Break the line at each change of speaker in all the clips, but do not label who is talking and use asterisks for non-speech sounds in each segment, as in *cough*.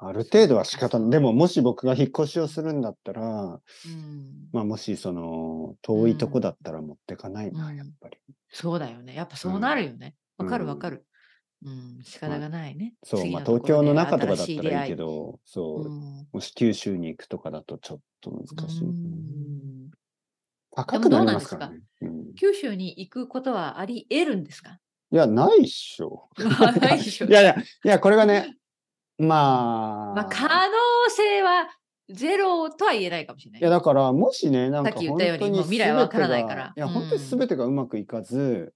ある程度は仕方ない。でも、もし僕が引っ越しをするんだったら、
うん
まあ、もし、その、遠いとこだったら持ってかないな、
うん
やっぱり。
そうだよね。やっぱそうなるよね。わ、かるわかる。うん、仕方がないね。
そう、
次
ま
の
あ、
と
東
ころ
京
で
の中とかだったらいいけ。
新し出会
ど、そう、
うん
もし九州に行くとかだとちょっと難しい。
うん
高くなりますからね。うん
九州に行くことはあり得るんですか
いや、 *laughs* ないっしょ。
ないでしょ
いやいや、いや、これが
*laughs*
ね、まあ。
まあ、可能性はゼロとは言えないかもしれない。
いやだからもしねなんか
さっき言
本
ったように
当に
もう未来はわからないから
全てがいや本当に
うん
全てがうまくいかず、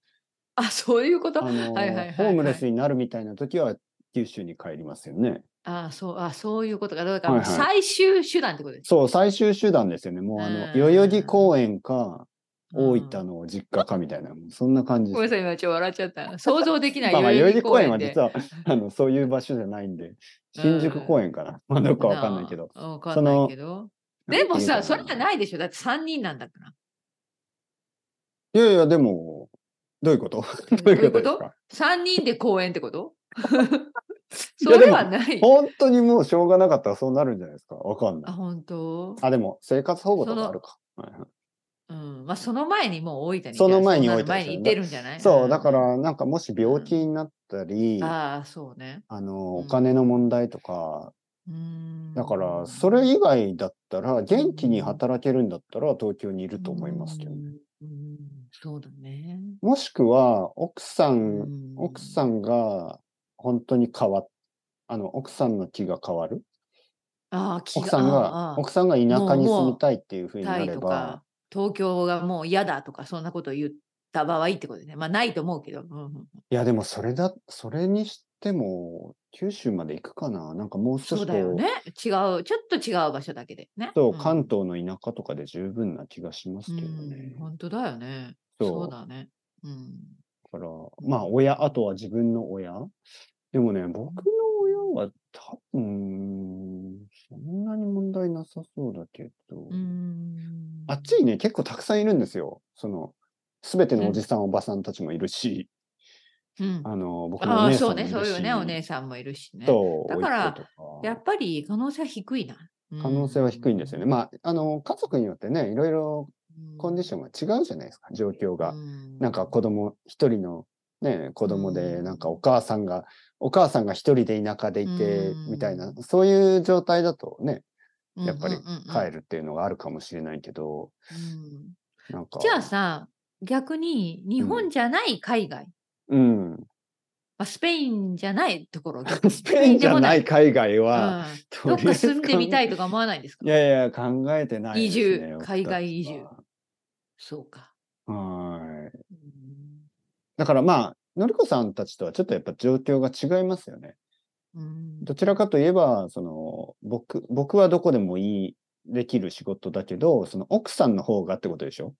あ、そういうこと。
あ
あ
の
はいはいはいはい
ホームレスになるみたいな時は九州に帰りますよね。
そう、あ、そういうことか。だから、
はいはい
最終手段ってことです。
そう最終手段ですよね。もうあの
うん
代々木公園か大
うん
分の実家かみたいな、そんな感じ
ごめん
で
な
す。
さい、今ちょっと笑っちゃった。想像できない
まあまあ代々木公園は
で
実は *laughs* あのそういう場所じゃないんで新宿公園かな、 *laughs* まあどっかわかんないけど。
あわかんないけど。でもさ、それじゃ
い。
ないでしょ。だって3人なんだから。
いやいやでもどういうこと *laughs* どういうことですか。
3人で公園ってこと
*laughs* い
そ
やでも
れはない。
本当にもうしょうがなかったらそうなるんじゃないですか。わかんない
あ、。本当
あ、でも生活保護と
そ
か
の
あるか。はいは
うん。まあ、その前にもう大分に。
その前に
そうな
大
る
分
前に行ってるんじゃないい
そう、だか
ん
らなんかもし病気になったり、あ
ああ、そうね。
の、
うん
お金の問題とか、だ
だ
からそれ以外だったら、元気に働けるんだったら東京にいると思いますけどね。
うん。うんそうだね。
もしくは、奥さ、
うんん
奥さんが本当に変わっあの、奥さんの気が変わる
ああ、気
奥さん
あ
が
あ、
奥さんが田舎に
も
住
うもう
みたいっていうふうにな
タイ
れ
と
ば
か、東京がもう嫌だとか、そんなことを言った場合ってことね。まあ、ないと思うけど。うんうんうん
いや、でもそれだ、それにしても、九州まで行くかななんかもう少し
そうだよ
こう
ね。違う、ちょっと違う場所だけでね。
そう、
ん
関東の田舎とかで十分な気がしますけどね
うん。本当だよね。
そう
そうだね。うん。
だから、まあ、親、あとは自分の親。でもね、僕の親は多分、そんなに問題なさそうだけど、
うん
あっちにね、結構たくさんいるんですよ。その、すべてのおじさん、おばさんたちもいるし、
うん
あの、僕の
あ
お
あ、
姉さん
そう
もいる
ね。
し。
そうよね。お姉さんもいるしね。
と、
だから
甥っ子と
やっぱり可能性は低いな。
可能性は低いんですよね。まあ、あの、家族によってね、いろいろ
うん。
コンディションが違うじゃないですか、状況が
う。ん
なんか子供、一人のね、子供で、
うん
なんかお母さんが、お母さんが一人で田舎でいて、
うん
みたいな、そういう状態だとね、やっぱり
うんうんうん
帰るっていうのがあるかもしれないけど、
うん
なんか。
じゃあさ、逆に日本じゃない海外、
うん。
まあスペインじゃないところ、逆に
*laughs* スペインじゃない
スペ
海外
インでも
は、
ないうん
*laughs* と
どっ
りあえ
か
ず
住んでみたいとか思わないんですか
いやいや、考えてないです、ね。
移住
私
海外移住
は
そうか。
はい。
うん
だからまあ、のりこさんたちとはちょっとやっぱ状況が違いますよね。
うん
どちらかといえば、その、僕、僕はどこでもいい、できる仕事だけど、その奥さんの方がってことでしょ、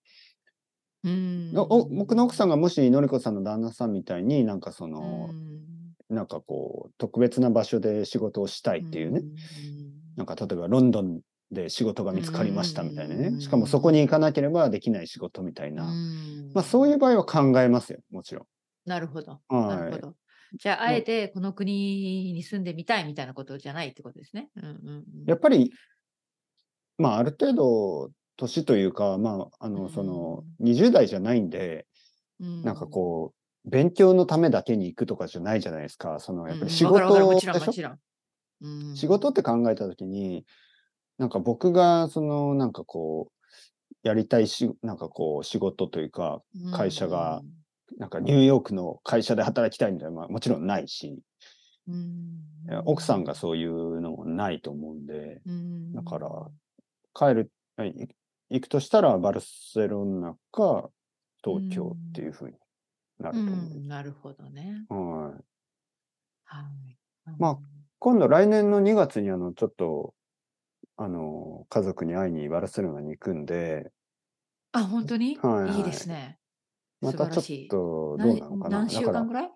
うん
のお僕の奥さんがもし、のりこさんの旦那さんみたいになんかその
う、ん
なんかこう、特別な場所で仕事をしたいっていうね。なんか例えばロンドンで仕事が見つかりましたみたいな
う
ね。
ん
しかもそこに行かなければできない仕事みたい
うん
な。
うん
まあそういう場合は考えますよ、もちろ
なるほど。
ん。
なる
は
ほ
い。
ど。じゃ
ま
あ、
あ
あえてこの国に住んでみたいみたいなことじゃないってことですね。うんうんうん、
やっぱり、まあある程度、年というか、まあ、あ
う
の、
ん
その、20代じゃないんで、なんかこう、勉強のためだけに行くとかじゃないじゃないですか。その、
う
やっ
ん
ぱ
うん
り仕
わかるわかる
事
も
で
ちろん
し
も
ょ
ちろん。うん
仕事って考えたときに、なんか僕が、その、なんかこう、やりたいし、なんかこう、仕事というか、会社が、なんかニューヨークの会社で働きたいみたいな、まあ、もちろんないし、
うんうんうん
奥さんがそういうのもないと思うんで、
うん
だから帰る、あい行くとしたらバルセロナか東京っていうふうになる
う
と思
ん、なるほどね。
う。はい
はい。
まあ今度来年の2月にあの、ちょっと、あの、家族に会いにバルセロナに行くんで、
あ、あ、本当に、
はい
い
はい
い、ですね。
またちょ
素晴らし
っ
い
とどうなのかな。
何何週
だ
間
か
ぐらい
ら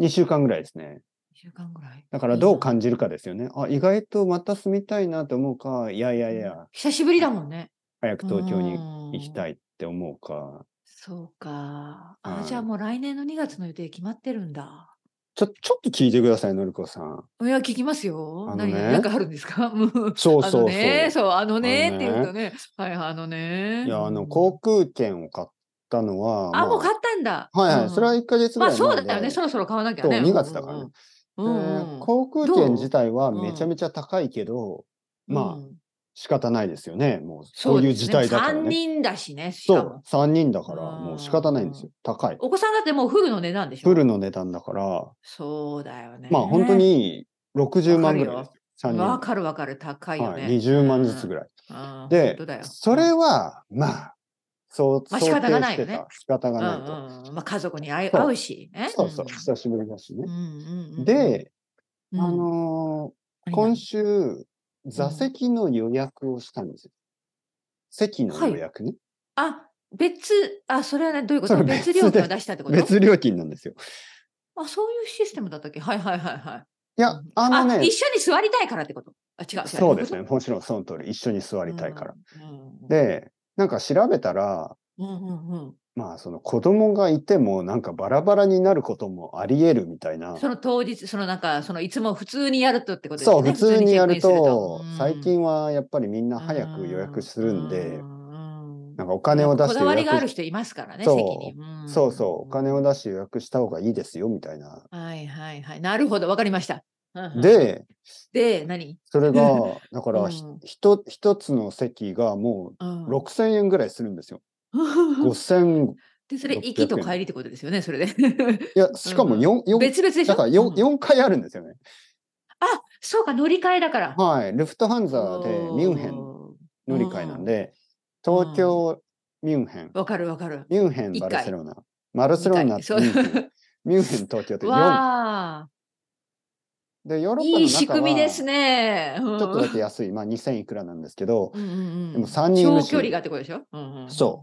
2週間ぐらいですね。
一週間ぐらい。
だからどう
いい
感じるかですよね。あ、意外とまた住みたいなと思うか、いやいやいや
な。、久しぶりだもんね。
早く東京に行き
い。
たいって思うか。
そうか。あ、
はい
じゃあもう来年の2月の予定決まってるんだ。
ちょ、ちょっと聞いてください、のりこさん。
いや、聞きますよ。
あの
何、
ね
なんかあるんですか。 *laughs* うん
そうそ
あ
うそ
の
う。
ね、そう、あのね
あの
っ
ね
て言うとね。はい、あのね。
いや、
*laughs*
あの、
こ
航空券を買ったのは、
あ、もう
ま
買ったんだ。
あはいは
うん
い、それは1ヶ月ぐ
ま
らい
あ、
前で。
そうだよね。そろそろ買わなきゃね。
そう2月だからね
うんうんうん。
で
うん
航空
どう
券自体はめちゃめちゃ高いけど、まあ、
うん
仕方ないですよね。もう、そういう事態だから
3
ね。
人だしね。し
そ
かも
う、3人だから、もう仕方ないんですよ。高い。
お子さんだってもうフルの値段でしょ。
プルの値段だから、
そうだよね。
まあ、本当に60万ぐらいですよ。3人。
わかるわかる。高いよね。
はい、20万ずつぐらい。
ら
で
本当だよ、
それは、まあ、そう、
まあ
想
仕方がな
定
い
し
よ
て
ね
た。仕方がないと。
うんうんうんまあ、家族に会う
そう
会うし、ね。
そうそう、
ん
久しぶりだし
う
ね。
んうんうん、
で、
うん、
あのー
何々
今週、座席の予約をしたんですよ。席の予約ね。
あ別、あ、それはね、どういうこ
そ
と
れ別
別
で
料金を出したってこと
別料金なんですよ。
あ、そういうシステムだったっけはいはいはいは
い
い。
うや
ん、
あの
あ
ね
一、緒に座りたいからってことあ、違う。
そうですね。
座
もちろんその通り、一緒に座りたいから。。
うんうん、
で、なんか調べたら、
うんうん
まあ、その子供がいても、なんかバラバラになることもあり得るみたいな
うん、。その当日、そのなんか、そのいつも普通にやるとってことです
そ
よ
う、普
ね。
通にやる
チェックインす
と、最近はやっぱりみん
う
なん早く予約するんで
う、んうん
なんかお金を出
こ
して
だ
予
わり
約
がある
し
人いますからね、
そう
席に。ん
そうそう、お金を
し
出して予約した方がいいですよ、みたいな。
はいはいはい。なるほど、わかりました。うんうん、
で、
で、何、
それが、だからひ
うん、
ひと、一つの席がも
うん
う、6000円ぐらいするんですよ。5000、
*laughs* で、そ
600
れ、行きと帰りってことですよね、それで。
いや、 *laughs* しかも4、四
別々でしょ
だから
う
4,
ん
四回あるんですよね。
あそうか、乗り換えだから。
はい。ルフトハンザでミュンヘン乗
おー
り換えなんで、東京、ミュンヘン、
わかるわかる。
ミュンヘン、
一
バ
回
ルセロナ、バルセロナ、ミ
二回そう
ュンヘン、 *laughs* ミュンヘン、東京って4。
*laughs* わあ、
で、ヨーロッパの中はい
い仕組みですね。ち
ち
ょ
ょっとだけ安い、まあ2000いくらなんですけど、
うんうんうん、
でも三人いるし
長距離がってことでしょ、うんうんうんうん
そ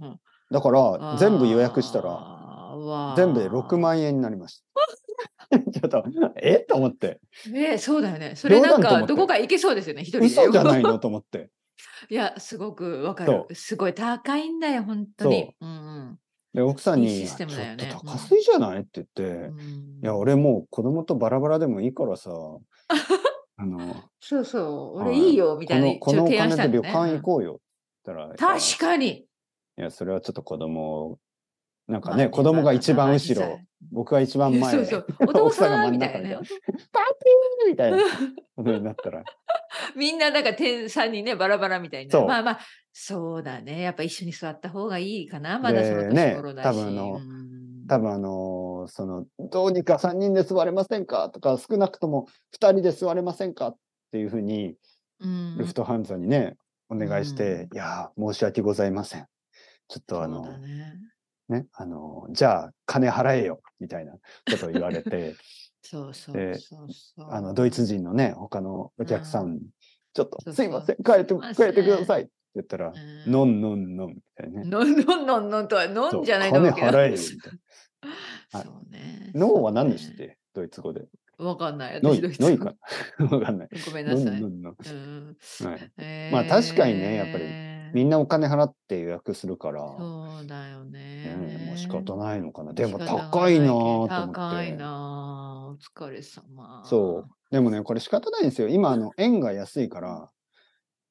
だから全部予約したら、
あーわー
全部で6万円になりま
*laughs*
した。 *laughs* ちょっと、えと思って、
えーそうだよね。それな
冗談
ん
と
か
思って
どこか行けそうですよね、一人で。
嘘じゃないのと思
*laughs*
って。
いや、すごくわかる
そ。
すごい高いんだよ、本当に。うん
で、奥さん
いい
に、ち
シス
ょ
テ
っ
ムだよ
と
ね
高すぎじゃないって言って、
うん
いや、俺もう子供とバラバラでもいい
*laughs*
からさ、あの、
そうそう、
は
俺
い
いいよ、みた
こ
いな
の、このお金で旅館行
う。
こうよ。って言ったら、い
確かに。
や、それはちょっと子供を、なん
ま
か
あ
ね、子供が一番。後
まあ
ろ、僕が一番前、
そうそう。お父
奥さんが
さ
真
ん
ん
みた
中
い
み
な
たいな。。
ね
パーティーみたいなことになったら、
みんななんか店さんにね、バラバラみたいな。
そう
まあまあ、そうだね。やっぱ一緒に座った方がいいかな。まだ
で
その年
ね
頃だし。
多分あの
うん
多分あのーその、どうにか3人で座れませんかとか、少なくとも2人で座れませんかっていうふうに、
うん
ルフトハンザにね、お願いして、いやー、申し訳ございません。ちょっとあの
そうだ、ね
ね、あのーじゃあ、金払えよ、みたいなことを言われて、
*laughs* そうそ
で
うそうそう。
あの、ドイツ人のね、他のお客さ、
うん
ちょっ
そ
と、
う
す
そう
いません、変えて、
すいま
変えてく
せ
だ
ん
さいって言ったら
う、ん
のんのんのん、みたいなね。
のんのんのんのんとはのんじゃない
そ
の
う
わ
金
け *laughs* だ
払えよ、みたいはい
そうね。
な。のんは何でし
そう
たっ
ね
けドイツ語で。
わかんない。
の
私
い、
ドイツ
のいかなわか *laughs* んない。
*laughs* ごめんな
のん
さい。
のんのん。
うん
はい。
え
まあ確かにねやっぱり
り
みんなお金払って予約するから、
そうだよね。
うん、もう仕方ないのかな。でも
仕方が
高いなぁと思っ
ないけど
て。
高いなぁお疲れ様。
そう。。でもね、これ仕方ないんですよ。今、あ
*laughs*
の、円が安いから、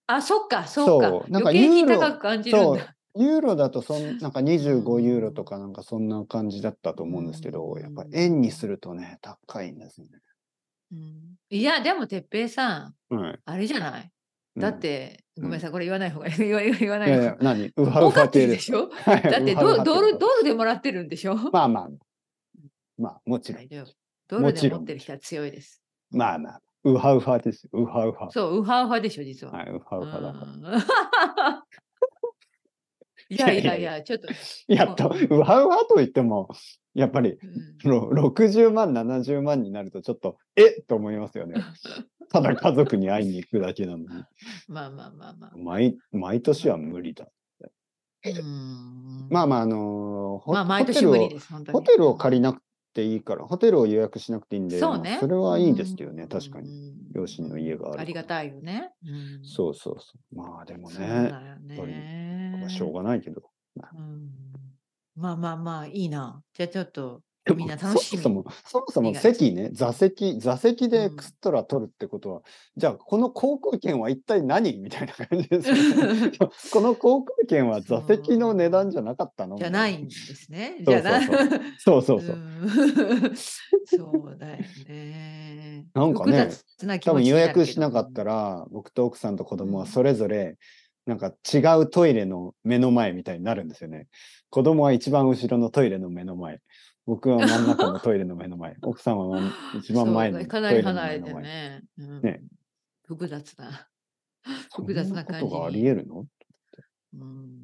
あ、そっか、そっか。
そうなんか
余計に
ユーロ
高く感じるん
そう
だ。、
ユーロだとそん、なんか
*laughs* う
25
ん
ユーロとかなんかそんな感じだったと思うんですけど、
うん
やっぱ円にするとね、高いんですね。
うんいや、でも、てっぺいさん、
はい。
あれじゃないだっ
うん、
て、
うん
ごめんなさい、これ言わない方が *laughs* いい。言わ言わないい
やい
方
や
が。、
何ウハ
*laughs* 儲
ウ
か
ハ
って
系
る
で。
ですしょ
はい
だって
ウハウ
ド
ハ
ドル、
系
ドルでもらってるんでしょ
まあまあ、まあもちろん
大。丈夫ドル
もち
で
ろん
持ってる人は強いです。
まあまあ、ウハウハです。ウハウハ。
そう、ウハウハでしょ、実は。
はい、ウハウハだから。
うん *laughs* いやいやいや、ちょっと。
いやっと、ウハウハと言っても、やっぱり
うん
ろ60万、70万になるとちょっと、えっと思いますよ
*laughs*
ね。ただ家族に会いに行くだけなのに。
まあまあまあまあ。
毎毎年は無理だ。
うん
まあまあ、あのーホ
まあ、毎
ホテ
年
ル
無
を
理です、本当に。
ホテルを借りなくていいから、ホテルを予約しなくていいんで、
そう
ま
ね
あ。それはいいですけどね、
うん
確かに。。
うん
両親の家があるから
ありがたいよね。うん
そうそうそう。まあでも
そう
ね、
だよ
ぱり
ね
まあしょうがないけど。
うんまあまあまあ、いいな。じゃあちょっと、
でも
みんな楽しみ
そもそも、そもそも席ね、座席、座席でエクストラ取るってことは、じゃあこの航空券は一体何みたいな感じですよね *laughs* この航空券は座席の値段じゃなかったの
*laughs* じゃないんですね。
*laughs* そ
じ
うそうそうそうそう
ゃない。
そう。
うん *laughs* そうだよね。
なんかね
複雑な気
多
持
分
ちに
予
なるけど
約しなかった。ら、僕と奥さんと子供はそれぞれ、なんか違うトイレの目の前みたいになるんですよね。子供は一番後ろのトイレの目の前。僕は真ん中のトイレの目の
*laughs*
前。奥さんは一番前のト
そう
イ
かなり
レの
離
目
れ
の
て
前。
ね。うん
ね
複雑な。
そん
複雑な
なこ
感じ
と
に
があり得るの
うん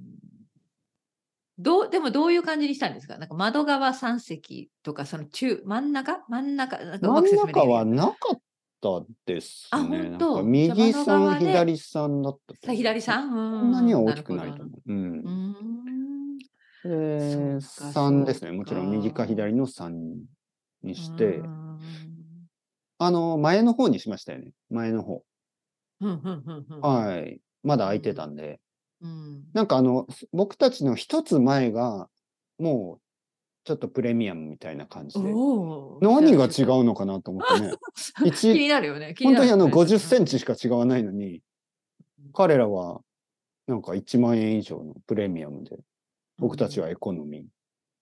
どうでもどういう感じにしたんですかなんか窓側3席とかその中真ん中真ん中なんかう
真ん
まく説明でき
中
ない
はなかったです
あ
ね。
本
なん
当
か右
じゃあ窓
さん、
側で
左さんだったと
さ
思う。
左さん
そ
そ
んなには大きくないと思う。うん
うー。ん
え
そう
ー、
か
3ですね。
そう
も
か
ちろん右か左の3にして
うー、ん
あの、前の方にしましたよね。前の方。
ふんふんふんふん
はい。まだ空いてたんで。
うん
なんかあの、す僕たちの一つ前が、もう、ちょっとプレミアムみたいな感じで。
おー
何が
じ
違
ゃあ
うのかなと思ってね。
気に
一、
なるよね。気
本
な
当
る
にあの、50
う
セ
ん
ンチしか違わないのに、彼らは、なんか1万円以上のプレミアムで、僕たちはエコノミー。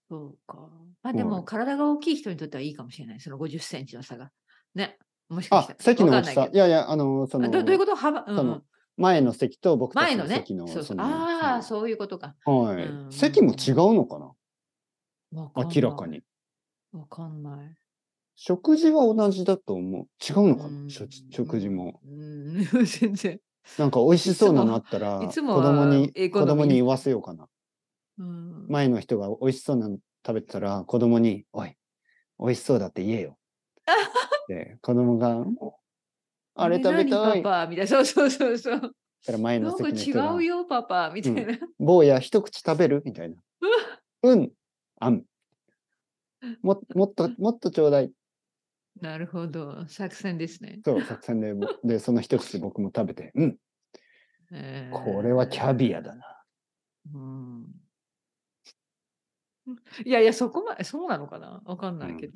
そうか。まあで
は
も
い
体が大きい人にとってはいいかもしれない。その50センチの差が。ね。もしかし
あ
たら。、
席の
わ
大
か
き
んない
さ。
け
いやいや、あの、そ
どあ
の、
どどういうこと幅、うんう
そ
ん
の前の席と僕た
前
ち
の
の
ね
席。の、
そうそ
そうの
ああ、
そ
そういうことか。。
のはいう
ん
席も違うのかな
わかんない
明らかに。。
わかんない。
食事は同じだと思う。違うのか
うん
なしょ食事も。
うん、うん *laughs* 全然。
なんか美味しそうなのあったら、
い
子
つもは
供に、
エコ
子
ノミー
供に言わせようかな。
うん、
前の人が美味しそうなの食べてたら、子供に、おい、美味しそうだって言えよ。
*laughs*
で、子供が、あれ食べたい。
何パパみたいな。そうそうそうそう。
たら前
な
の
ん
席
か
の
違
人が
う、よ、パパみたいな。
坊や一口食べるみたいな。うん、あん。
*laughs*
ももっと、もっとちょうだい。
*laughs* なるほど。作戦ですね。
そう、作戦
*laughs*
で、で、その一口僕も食べて、うん、
えー
これはキャビアだな。
うんいやいや、そこまで、そうなのかなわかんないけど。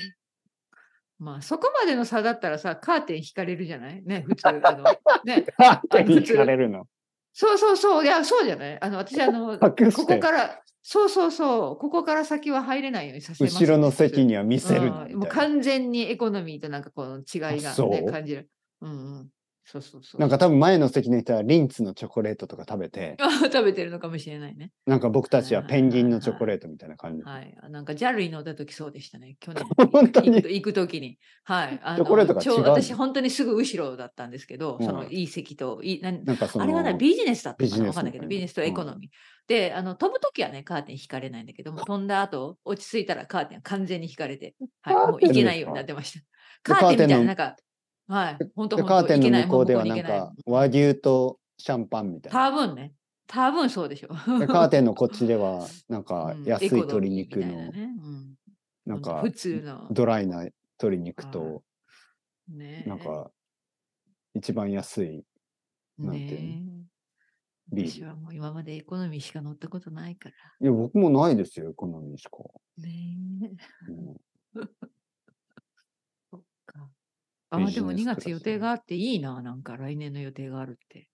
まあ、そこまでの差だったらさ、カーテン引かれるじゃないね、普通。あの *laughs* ね、
*laughs* あ、
*laughs* あ普
に
通
聞かれるの。
そうそうそう、いや、そうじゃないあの、私、あの、こ
隠して
こから、そうそうそう、ここから先は入れないようにさせます、
後ろの席
に
には見せるなみ
もう
たい
完全にエコノミーとなんかこの違い
あ
が、
そ
ね、
う
感じる。うんうん。そうそうそう。
な。なんか多分前の席にいたらリンツのチョコレートとか食べて、
*laughs* 食べてるのかもしれないね。
なんか僕たちはペンギンのチョコレートみたいな感じ。。
はい、あなんか JAL に乗った時そうでしたね、去年
本
*laughs*
当に
行く行く時に。はい。あ
チョコレートが
ちょ
違う
う
の
私、本当にすぐ後ろだったんですけど、
うん
そのいい席と、いいなん
なんかその、
あれはね、ビジネスだった
ビ
か
ジ
な
ネ
わ
スみ
か
た
んないい
な
けど、ビジネスとエコノミー。で、あの飛ぶ時はね、カーテン引かれないんだけども、飛んだ後、落ち着いたらカーテン完全に引かれて、はい、
カーテン
もう行けないようになってました。
ですか
カーテンみたいな、
で
なんか、はい、本当
で
本
カーテ
当
ン
行
の
けない
向こうでは
も
な
こ
ん
に行けい
か和牛とシャンパンみたいな。
多分ね、多分そうでしょ
で
*laughs* う。
カーテンのこっちではなんか
うん
安い
エコノミー
鶏肉
みたいな
の
ねうん
なんか
普通の。
ドライな鶏肉と
ねえ
なんか一番安いなんていうの
ねえ
ビール
私はもう今までエコノミーしか乗ったことないか
いや僕もないですよエコノミーしか、
ら。ねえ
うん
そっかあまあ
ビジ
でも
ネス
2
クラス
月予定があっていいな、なんか来年の予定があるって。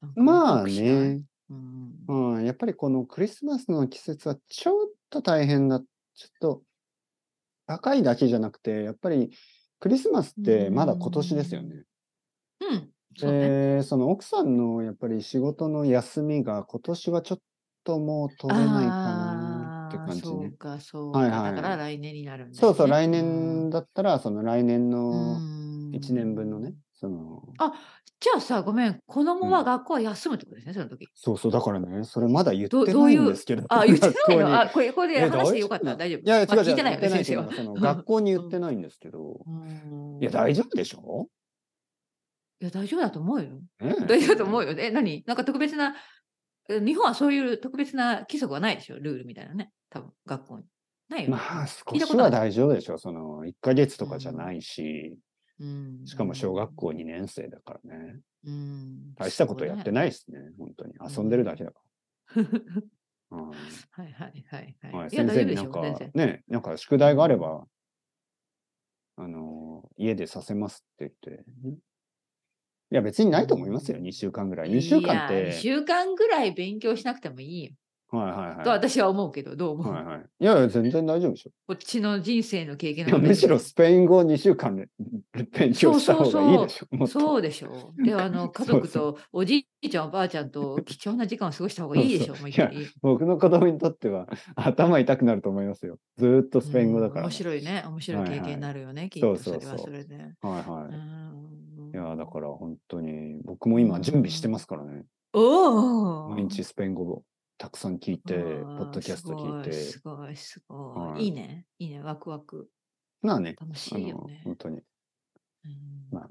なんか
まあ
ワクワクしない
ね。、
うん
うん、やっぱりこのクリスマスの季節はちょっと大変だちょっと高いだけじゃなくてやっぱりクリスマスってまだ今年ですよね。
うん。そうね。
で、その奥さんのやっぱり仕事の休みが今年はちょっともう取れないかなって
あー
感じ
そう
ね。
か、そうか。
はいはい
だから来年になるんだよね、
そうそう、来
う
年
ん
だったら、その来年の
うん
1年分のね、その、
あじゃあさ、ごめん、子供
う
は
ん
学校は休むってことですね、その
*laughs*
時。
そうそう、だからね、それまだ言っ
ど
て
ど
な
う
い
いうん
ですけど。
あ、言って
学
ない
校
の
に
あ、これ、これで
え
話してよかっ
大丈
た。
夫
大丈夫。
いやいや、違
ま
う違、
あ聞いうてない
言ってな
よね、
いと
先生
思
は
う。その学校に言ってないんですけど、
うん
いや、大丈夫でしょ
いや大丈夫だと思うよ。
ねえ
大丈夫だと思うよ。え、何なんか特別な、え日本はそういう特別な規則はないでしょ、ルールみたいなね、多分学校に。ないよね。
まあ、少
いたこ
し
とな
はい大丈夫でしょう。その、1ヶ月とかじゃないし、
うん
しかも小学、校2年生だからね。
うん
大したことやって
い。
ないですね、本当に。遊んでるだけだかうん
はいはいはいはい。
はい
いや、
先
大丈
生
夫
に
で
な
し
ん
ょ、
か
全然。
ね、なんか宿題があれば、あのー、家でさせますって言って。いや、別にないと思いますよ、2週間ぐらい。2週間っ
いや
て
2。週間ぐらい勉強しなくてもいいよ。
はいはいはい。
と私は思うけど、どう思う、
はいはい、いやいや、全然大丈夫でしょ。
こっちの人生の経験
い
の
や
方が
むしろスペイン語を2週間で勉強した方がいいでしょ。もっと
そうでしょう。で、あの、
*laughs*
家
そう
族とおじいちゃん、おばあちゃんと貴重な時間を過ごした方がいいでしょう、もういきなり。
僕の子供にとっては頭痛くなると思いますよ。ずーっとスペイン語だか
うん
ら。
面白いね。面白い経験になるよね、きっとそ
そうそうそ
れ
う
はそれで。う
はいはい。
ん
いや、だから本当に僕も今準備してますからね。
おお
毎日スペイン語をたくさん聞いて、ポッドキャスト聞いて。
すごい、すごい、すご。
はいい
いいね。いいね。ワクワク。
まあね、
楽し
あ
いよ
の
ね、。
本当に。
うん
まあ、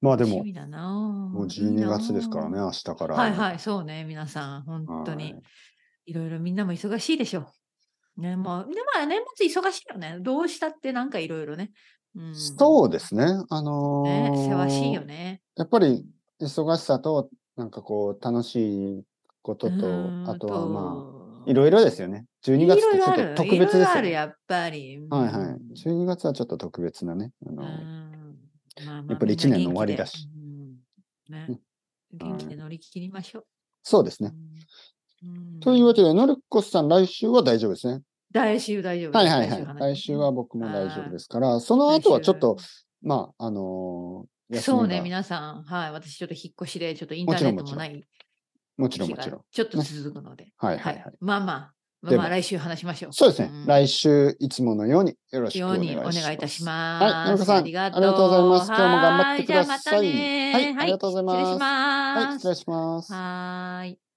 まあで
楽し
も、
みだなも
もう12月ですからね、。明日から。
はいはい、そうね、皆さん、本当に
はい。
いろいろみんなも忙しいでしょう。ね、もう、でまあ、年末忙しいよね。どうしたってなんかいろいろね。うん、
そうですね。あの
ね。
ー
せわしいよね。
やっぱり忙しさと、なんかこう、楽しいこと
う
と
ー、ん
あとはま
と
あ、いろいろですよね。12月ってちょっと特別
いろい
で
ろ
す
あ
よ
る、
ね。
やっぱり。うん
はいはい。12月はちょっと特別なね。あ
う
の
んまあまあ
やっぱり一年の終わりだし。
みんな元気でうんね
うん
元気で乗り切りましょう。
そうですね。
うん
というわけで、のりこさん、来週は大丈夫ですね。
来週大丈夫
は
で
い
す。
はいはい。来週は僕も大丈夫ですから、その
来週
後はちょっと、まあ、あのー休み
そうね、
が
皆さん、はい、私ちょっと引っ越しで、ちょっとインタ
も
ー
ち
ネ
ろ
ッ
ん
トもない
もち
日
ろんも
が
ちろん。
ちょっと続くので、
はい
は、
はいいはい。
まあまあ、まあ
で
ま
も
あ来週話しましょう。
そうですね、
ん
来週、いつものようによろしくお
よう
願い
に
し
お
ます。
願いいたします。
はい、のりこさん、ありがとうございます。今日も頑張ってください。
はじゃあまたね
はい、ありがとうございます。
は
はい、
い、失
失
礼しま
礼します。
す。はーい。